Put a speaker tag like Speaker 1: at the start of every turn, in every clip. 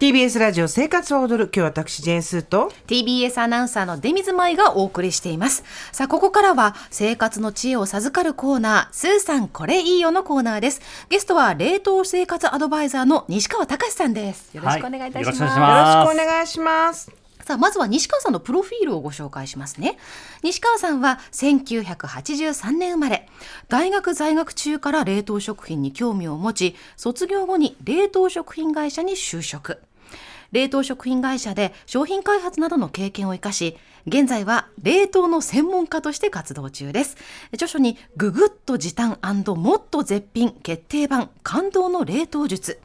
Speaker 1: TBS ラジオ生活は踊る今日私ジェーンスーと
Speaker 2: TBS アナウンサーの出水舞がお送りしていますさあここからは生活の知恵を授かるコーナースーさんこれいいよのコーナーですゲストは冷凍生活アドバイザーの西川隆さんですよろしくお願いいたします、
Speaker 3: はいよろしくお願いし
Speaker 1: よ
Speaker 3: ま
Speaker 1: ろしくお願いします
Speaker 2: さあまずは西川さんのプロフィールをご紹介しますね西川さんは1983年生まれ大学在学中から冷凍食品に興味を持ち卒業後に冷凍食品会社に就職冷凍食品会社で商品開発などの経験を生かし現在は冷凍の専門家として活動中です著書に「ググッと時短もっと絶品決定版感動の冷凍術」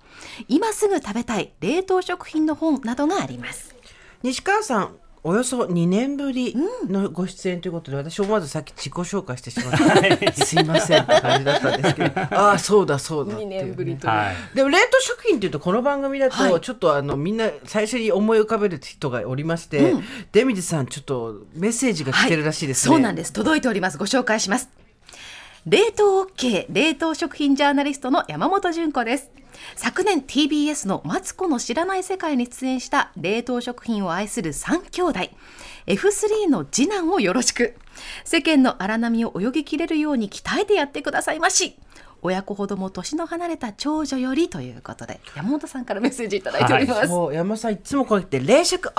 Speaker 2: 今すぐ食べたい冷凍食品の本などがあります
Speaker 1: 西川さんおよそ2年ぶりのご出演ということで、私思わずさっき自己紹介してしまったすいませんって感じだったんですけどああそうだそうだっていうね、
Speaker 3: はい。
Speaker 1: でも冷凍食品っていうとこの番組だ
Speaker 2: は
Speaker 1: と
Speaker 2: い
Speaker 1: ちょっとあのみんな最初に思い浮かべる人がおりまして、デミジさんちょっとメッセージが来てるらしいですね、
Speaker 2: そうなんです届いておりますご紹介します冷凍 OK 冷凍食品ジャーナリストの山本純子です昨年 TBS の「マツコの知らない世界」に出演した冷凍食品を愛する3兄弟 F3 の次男をよろしく世間の荒波を泳ぎきれるように鍛えてやってくださいまし親子ほども年の離れた長女よりということで山本さんからメッセージいただいております、
Speaker 1: そう山さんいつもこうやって「冷食 OK!」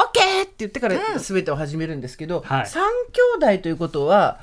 Speaker 1: って言ってから全てを始めるんですけど、
Speaker 3: はい
Speaker 1: 三兄弟ということは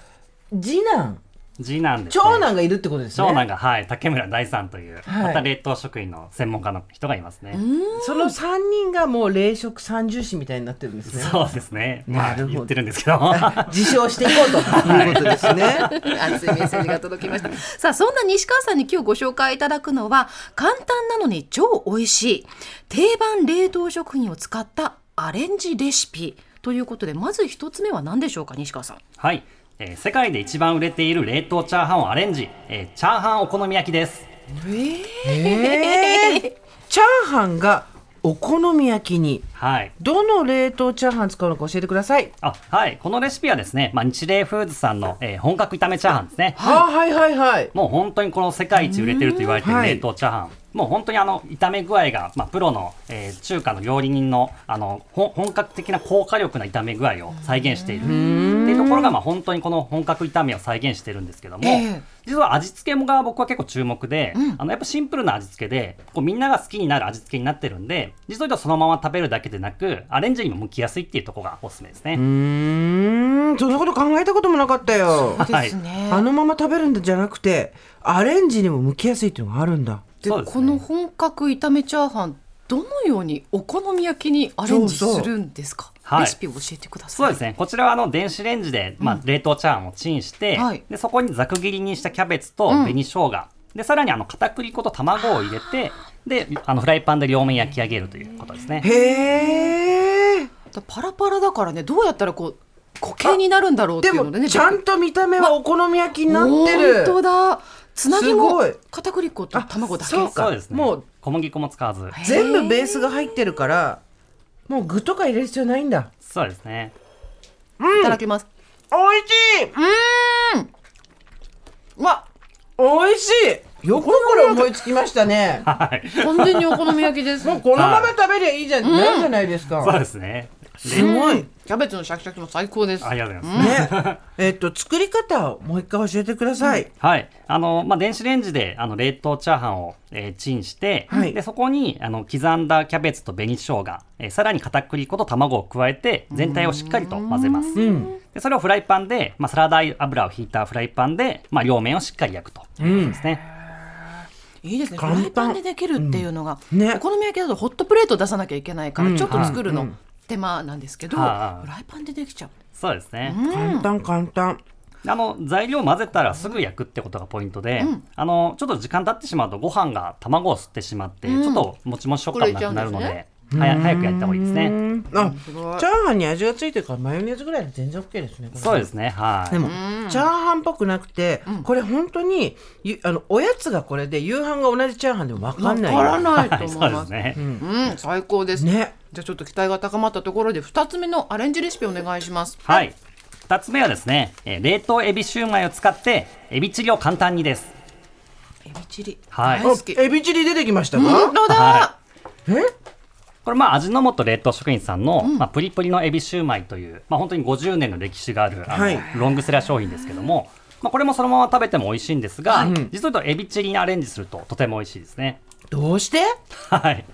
Speaker 1: 次男
Speaker 3: 次男です、ね。
Speaker 1: 長男がいるってことですね
Speaker 3: 長男が、はい、竹村大さんという、
Speaker 1: はい
Speaker 3: また冷凍食品の専門家の人がいますね。
Speaker 1: その3人がもう冷食三重視みたいになってるんですね
Speaker 3: そうですね。ま
Speaker 1: な
Speaker 3: あ、
Speaker 1: るほど
Speaker 3: 言ってるんですけ ど。は
Speaker 1: 自称していこう ということですね、
Speaker 2: 熱いメッセージが届きました。 さあ、そんな西川さんに今日ご紹介いただくのは、簡単なのに超美味しい、定番冷凍食品を使ったアレンジレシピ。ということで、まず一つ目は何でしょうか、西川さん。
Speaker 3: い、えー世界で一番売れている冷凍チャーハンをアレンジ、えーチャーハンお好み焼きです。
Speaker 1: えーチャーハンがお好み焼きに
Speaker 3: はい。
Speaker 1: どの冷凍チャーハン使うのか教えてください
Speaker 3: あ、はい。このレシピはですね、まあ、日霊フーズさんの、えー本格炒めチャーハンですね。
Speaker 1: はあはいはいはい
Speaker 3: もう本当にこの世界一売れてると言われて
Speaker 1: う
Speaker 3: る
Speaker 1: んはい
Speaker 3: 冷凍チャーハン、もう本当にあの炒め具合が、まあ、プロの、えー中華の料理人のあのほん本格的な高火力な炒め具合を再現しているっていうところが、まあ、本当にこの本格炒めを再現してるんですけども、
Speaker 2: ええ
Speaker 3: 実は味付けもが僕は結構注目で、あのやっぱシンプルな味付けでこうみんなが好きになる味付けになってるんで実は言うとそのまま食べるだけでなくアレンジにも向きやすいっていうところがおすすめですね。
Speaker 1: うーんそんなこと考えたこともなかったよ
Speaker 3: はい
Speaker 2: ね
Speaker 1: あのまま食べるんじゃなくてアレンジにも向きやすいっていうのがあるんだ
Speaker 2: で
Speaker 3: そうです
Speaker 2: こ
Speaker 3: ね
Speaker 2: の本格炒めチャーハン、どのようにお好み焼きにアレンジ
Speaker 1: そうそ
Speaker 2: す
Speaker 1: う
Speaker 2: るんですか。
Speaker 3: はい
Speaker 2: レシピを教えてください。
Speaker 3: そうですね。こちらはあの電子レンジで、まあ、冷凍チャーハンをチンして、
Speaker 2: はい
Speaker 3: でそこにざく切りにしたキャベツと紅生姜、でさらにあの片栗粉と卵を入れてであのフライパンで両面焼き上げるということですね。
Speaker 1: へえ
Speaker 2: だパラパラだからね、どうやったらこう固形になるんだろうってい
Speaker 1: で
Speaker 2: うの
Speaker 1: も
Speaker 2: でね。
Speaker 1: ちゃんと見た目はお好み焼きになって
Speaker 2: 本
Speaker 1: る
Speaker 2: 当だ。つなぎ
Speaker 1: す
Speaker 2: も
Speaker 1: ごい
Speaker 2: 片栗粉と卵だけ。
Speaker 1: あそうか
Speaker 3: そうですね。
Speaker 1: もう
Speaker 3: 小麦粉も使わず。
Speaker 1: 全部ベースが入ってるからもう具とか入れる必要ないんだ
Speaker 3: そうですね。
Speaker 2: いただきます。
Speaker 1: 美味しい
Speaker 2: うわ、
Speaker 1: 美味しいよくこれ思いつきましたね
Speaker 3: はい。
Speaker 2: 完全にお好み焼きです。
Speaker 1: もうこのまま食べりゃいいじゃん、ないじゃないです
Speaker 3: そう
Speaker 1: か
Speaker 3: ですね。
Speaker 1: すごいね
Speaker 2: キャベツのシャキシャキも最高です。
Speaker 3: ありがとうございます。
Speaker 1: えっと作り方をもう一回教えてください、
Speaker 3: はい。あの、まあ、電子レンジで、あの、冷凍チャーハンを、えーチンして、
Speaker 1: はい
Speaker 3: で、そこに、あの、刻んだキャベツと紅生姜、えーさらに片栗粉と卵を加えて、全体をしっかりと混ぜます。で、それをフライパンで、まあ、サラダ油を引いたフライパンで、まあ、両面をしっかり焼くということですね。
Speaker 2: いいですね。フ
Speaker 1: 簡単
Speaker 2: ライパンでできるっていうのが、
Speaker 1: うんね
Speaker 2: お好み焼きだとホットプレート出さなきゃいけないから、
Speaker 1: うん
Speaker 2: ちょっと作るの手間なんですけど、
Speaker 3: はい
Speaker 2: フライパンでできちゃう。
Speaker 3: そうですね。
Speaker 1: 簡単簡単
Speaker 3: あの材料を混ぜたらすぐ焼くってことがポイントで、あのちょっと時間経ってしまうとご飯が卵を吸ってしまって、ちょっともちもち食感もなくなるの
Speaker 2: これい
Speaker 3: ではや早くやった方がいいですね。
Speaker 1: あチ
Speaker 2: すご
Speaker 1: ャ
Speaker 2: い
Speaker 1: ーハンに味がついてるからマヨネーズぐらいで全然 OK ですねこれ
Speaker 3: そうですね。はい。
Speaker 1: でもチャーハンっぽくなくて、これ本当にゆあのおやつがこれで夕飯が同じチャーハンでも分かんないよ
Speaker 2: わからない
Speaker 3: は
Speaker 2: と
Speaker 3: い、
Speaker 2: 思
Speaker 3: そう
Speaker 2: い
Speaker 3: で
Speaker 2: ますす。
Speaker 3: ね。
Speaker 2: うん、最高です。
Speaker 1: ね
Speaker 2: じゃあちょっと期待が高まったところで二つ目のアレンジレシピお願いします。
Speaker 3: はい。二つ目はですね、えー冷凍エビシューマイを使って、エビチリを簡単にです。
Speaker 2: エビチリ。
Speaker 3: はい
Speaker 2: 大好き。
Speaker 1: エビチリ出てきましたか、
Speaker 2: 本当だ。
Speaker 1: え
Speaker 3: これまあ味の素冷凍食品さんの、まあ、プリプリのエビシューマイという、まあ、本当に50年の歴史があるあの、
Speaker 1: はい
Speaker 3: ロングセラー商品ですけども、まあ、これもそのまま食べても美味しいんですが、実は言うとエビチリにアレンジするととても美味しいですね。
Speaker 1: どうして
Speaker 3: はい、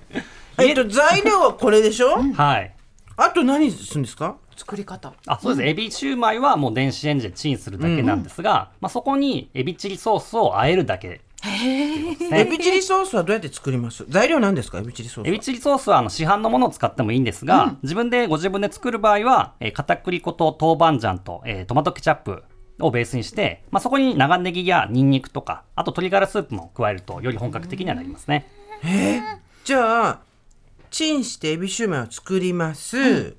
Speaker 1: えっと材料はこれでしょ
Speaker 3: はい
Speaker 1: あと何するんですか
Speaker 2: 作り方
Speaker 3: あそうです、エビシューマイはもう電子レンジでチンするだけなんですが、まあ、そこにエビチリソースを和えるだけ
Speaker 1: エビチリソースはどうやって作ります材料なんですかエビチリソース
Speaker 3: エ
Speaker 1: は
Speaker 3: ビチリソースはあの市販のものを使ってもいいんですが、自分でご自分で作る場合は、えー片栗粉と豆板醤と、えートマトケチャップをベースにして、まあ、そこに長ネギやニンニクとかあと鶏ガラスープも加えるとより本格的にはなりますね、
Speaker 1: じゃあチンしてエビシューマイを作ります、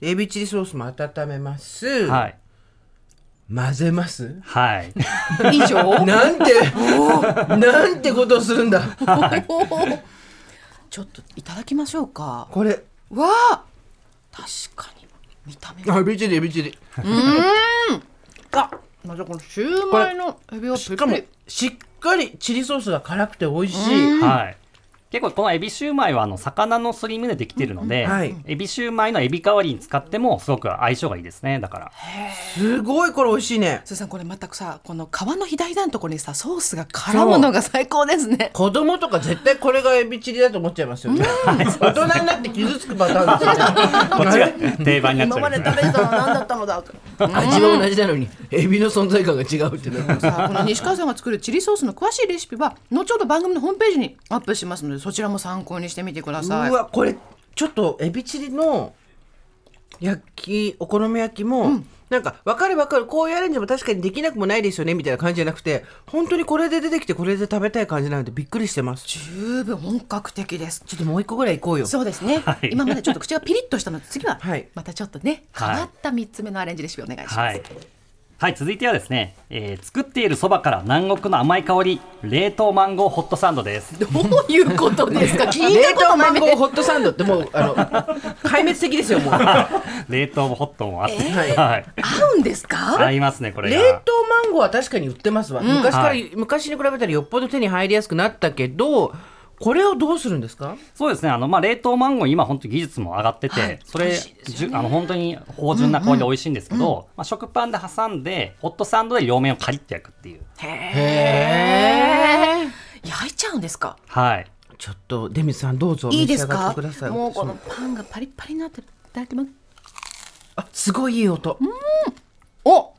Speaker 1: エビチリソースも温めます、
Speaker 3: はい
Speaker 1: 混ぜます
Speaker 3: はい
Speaker 2: 以 上
Speaker 1: なんてなんてことをするんだ
Speaker 2: ちょっといただきましょうか
Speaker 1: これ
Speaker 2: わあ確かに見た目が
Speaker 1: あエビチリエビチリ
Speaker 2: またこのシューマイのエビは
Speaker 1: しかもしっかりチリソースが辛くて美味しい
Speaker 3: はい結構このエビシューマイはあの魚のすり身でできているので、
Speaker 1: はい
Speaker 3: エビシューマイのエビ代わりに使ってもすごく相性がいいですね だから
Speaker 1: すごいこれ美味しいね
Speaker 2: すーさんこれまたさこの皮の左端のところにさソースが絡むのが最高ですね
Speaker 1: 子供とか絶対これがエビチリだと思っちゃいますよね 大人になって傷つくパターンですよね
Speaker 3: こっちが定番になっち
Speaker 2: 今
Speaker 3: ゃう
Speaker 2: まで食べてたのは何だったのだ と
Speaker 1: 味は同じなのにエビの存在感が違うってなる
Speaker 2: さあこの西川さんが作るチリソースの詳しいレシピは後ほど番組のホームページにアップしますのでそちらも参考にしてみてくださいう
Speaker 1: わこれちょっとエビチリの焼きお好み焼きも、なんか分かる分かるこういうアレンジも確かにできなくもないですよねみたいな感じじゃなくて本当にこれで出てきてこれで食べたい感じなのでびっくりしてますち
Speaker 2: 十分本格的です
Speaker 1: ょっともう一個ぐらい行こうよ
Speaker 2: そうですね、
Speaker 3: い
Speaker 2: 今までちょっと口がピリッとしたので次は
Speaker 1: はい
Speaker 2: またちょっとね変
Speaker 3: はい
Speaker 2: わった3つ目のアレンジレシピお願いします、
Speaker 3: はい、はい、続いてはですね、えー作っているそばから南国の甘い香り冷凍マンゴーホットサンドです
Speaker 2: どういうことです か聞い
Speaker 1: 冷
Speaker 2: たこと
Speaker 1: 凍
Speaker 2: な
Speaker 1: マン
Speaker 2: い
Speaker 1: ゴーホットサンドっても うあの壊滅的ですよもうは
Speaker 3: 冷凍もホットもあって、
Speaker 1: い
Speaker 3: はい
Speaker 2: 合うんですか
Speaker 3: 合いますねこれ
Speaker 1: 冷
Speaker 3: が
Speaker 1: 凍マンゴーは確かに売ってますわ、昔から、
Speaker 3: はい
Speaker 1: 昔に比べたらよっぽど手に入りやすくなったけどこれをどうするんですか
Speaker 3: そうですねあの、まあ、冷凍マンゴー今本当に技術も上がってて、
Speaker 2: はい
Speaker 3: それ、
Speaker 2: 美味しいです
Speaker 3: じゅあの本当に芳醇な香りで美味しいんですけど、まあ、食パンで挟んでホットサンドで両面をカリッと焼くっていう
Speaker 2: へえ焼いちゃうんですか
Speaker 3: はい
Speaker 1: ちょっとデミさんどうぞ
Speaker 2: い
Speaker 1: 召
Speaker 2: いで
Speaker 1: し
Speaker 2: す
Speaker 1: 上がっ
Speaker 2: か
Speaker 1: てください
Speaker 2: もうこのパンがパリッパリになっていただきます
Speaker 1: あすごいいい音
Speaker 2: お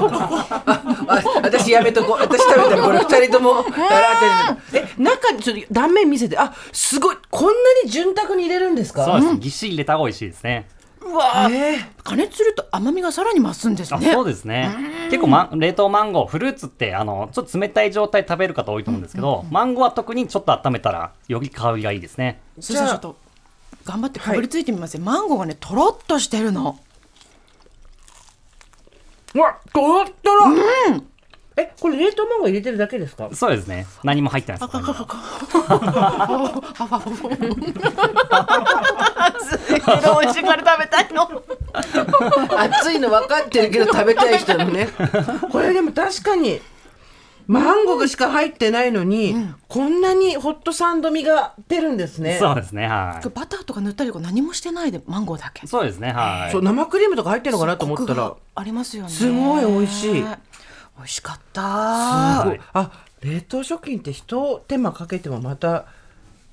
Speaker 1: あ私やめとこう私食べたらこ れ二人ともあらてえ中にちょっと断面見せてあすごいこんなに潤沢に入れるんです
Speaker 3: そう
Speaker 1: か
Speaker 3: ですね、ぎっしり入れた方が美味しいですね
Speaker 2: うわー
Speaker 1: えー
Speaker 2: 加熱すると甘みがさらに増すんです
Speaker 3: あ
Speaker 2: ね
Speaker 3: そうですね結構、ま、冷凍マンゴーフルーツってあのちょっと冷たい状態で食べる方多いと思うんですけど、マンゴーは特にちょっと温めたらより香りがいいですね
Speaker 2: すずちょっと頑張ってかぶりついてみますよ、マンゴーがねとろっとしてるの
Speaker 1: うわとろっとろえこれ冷凍マンゴー入れてるだけですか
Speaker 3: そうですね何も入ってないですここに は
Speaker 2: 美味しいから食べたいの
Speaker 1: 熱いの分かってるけど食べたい人のね これでも確かにマンゴーしか入ってないのに、こんなにホットサンド味が出るんですね
Speaker 3: そうですねはい
Speaker 2: バターとか塗ったりとか何もしてないでマンゴーだけ
Speaker 3: そうですねは
Speaker 1: そう
Speaker 3: い
Speaker 1: 生クリームとか入ってるのかなと思った
Speaker 2: コ
Speaker 1: ら
Speaker 2: クがありますよね
Speaker 1: すごい美味しい
Speaker 2: 美味しかった
Speaker 3: すごい
Speaker 1: そうあ冷凍食品って一手間かけてもまた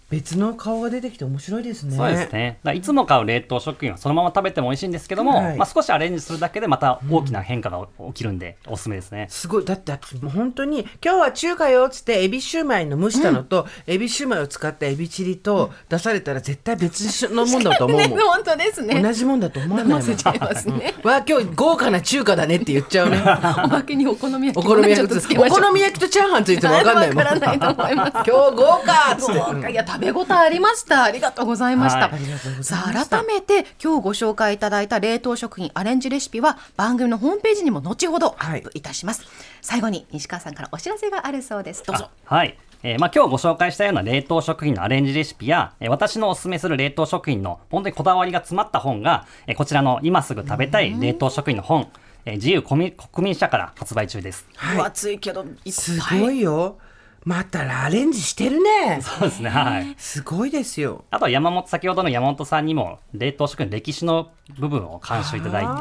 Speaker 1: 別の顔が出てきて面白いですね。
Speaker 3: そうですねだからいつも買う冷凍食品はそのまま食べても美味しいんですけども、
Speaker 1: はい
Speaker 3: まあ、少しアレンジするだけでまた大きな変化が起きるんでおすすめですね、
Speaker 1: すごいだってもう本当に今日は中華よっつってエビシューマイの蒸したのと、エビシューマイを使ったエビチリと出されたら絶対別のもんだと思うもん。
Speaker 2: 本当です ね
Speaker 1: 同じもんだと思わないもん。
Speaker 2: せちゃいますね
Speaker 1: うんわ今日豪華な中華だねって言っちゃう ね。
Speaker 2: おまけにお好み焼き
Speaker 1: お好み
Speaker 2: ちょ
Speaker 1: 焼
Speaker 2: っとつ
Speaker 1: き
Speaker 2: け
Speaker 1: とお
Speaker 2: ましょう
Speaker 1: 好み焼きとチャーハンついてもわかんないもん。
Speaker 2: わからないと思います
Speaker 1: 今日豪華っつって。
Speaker 2: いや食べ応えありました。ありがとうございました。
Speaker 3: はいあ
Speaker 1: りがとうございました
Speaker 2: さあ改めて今日ご紹介いただいた冷凍食品アレンジレシピは番組のホームページにも後ほどアップいたします。最後に西川さんからお知らせがあるそうです。どうぞ。
Speaker 3: はい。えーまあ、今日ご紹介したような冷凍食品のアレンジレシピや、えー私のおすすめする冷凍食品の本当にこだわりが詰まった本が、えーこちらの今すぐ食べたい冷凍食品の本、えー自由国民国民社から発売中です。
Speaker 2: 分厚いけどいっ
Speaker 1: す
Speaker 2: ぱ
Speaker 1: ご
Speaker 2: い。
Speaker 1: いよ、またアレンジしてるね
Speaker 3: そうですねはい
Speaker 1: すごいですよ
Speaker 3: あとは山本先ほどの山本さんにも冷凍食品の歴史の部分を監修いただいて
Speaker 1: あ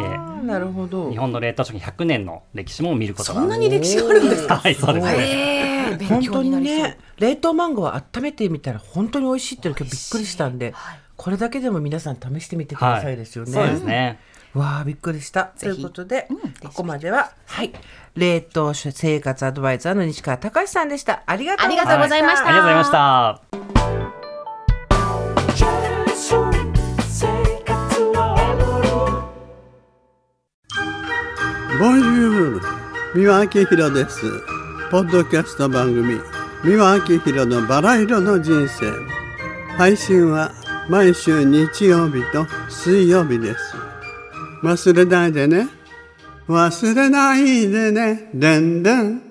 Speaker 1: ーなるほど
Speaker 3: 日本の冷凍食品100年の歴史も見ることが
Speaker 2: そんなに歴史があるんですか
Speaker 3: はいそうですね
Speaker 2: ええ勉
Speaker 1: 本
Speaker 2: 強
Speaker 1: 当
Speaker 2: に
Speaker 1: に
Speaker 2: なりそう、
Speaker 1: ね冷凍マンゴーを温めてみたら本当に美味しいっていうの今日びっくりしたんで、
Speaker 2: はい
Speaker 1: これだけでも皆さん試してみてくだ
Speaker 3: は
Speaker 1: さいですよね、
Speaker 3: そうですね、
Speaker 1: わあびっくりしたと
Speaker 2: ぜ
Speaker 1: い
Speaker 2: ひ
Speaker 1: うことで、
Speaker 2: うん
Speaker 1: ここまでははい冷凍生活アドバイザーの西川隆さんでしたありがとうございました
Speaker 2: ありがとうございました
Speaker 3: ありがとうございました
Speaker 4: ボンジュール三輪明宏ですポッドキャスト番組三輪明宏のバラ色の人生配信は毎週日曜日と水曜日です忘れないでね忘れないでねでんでん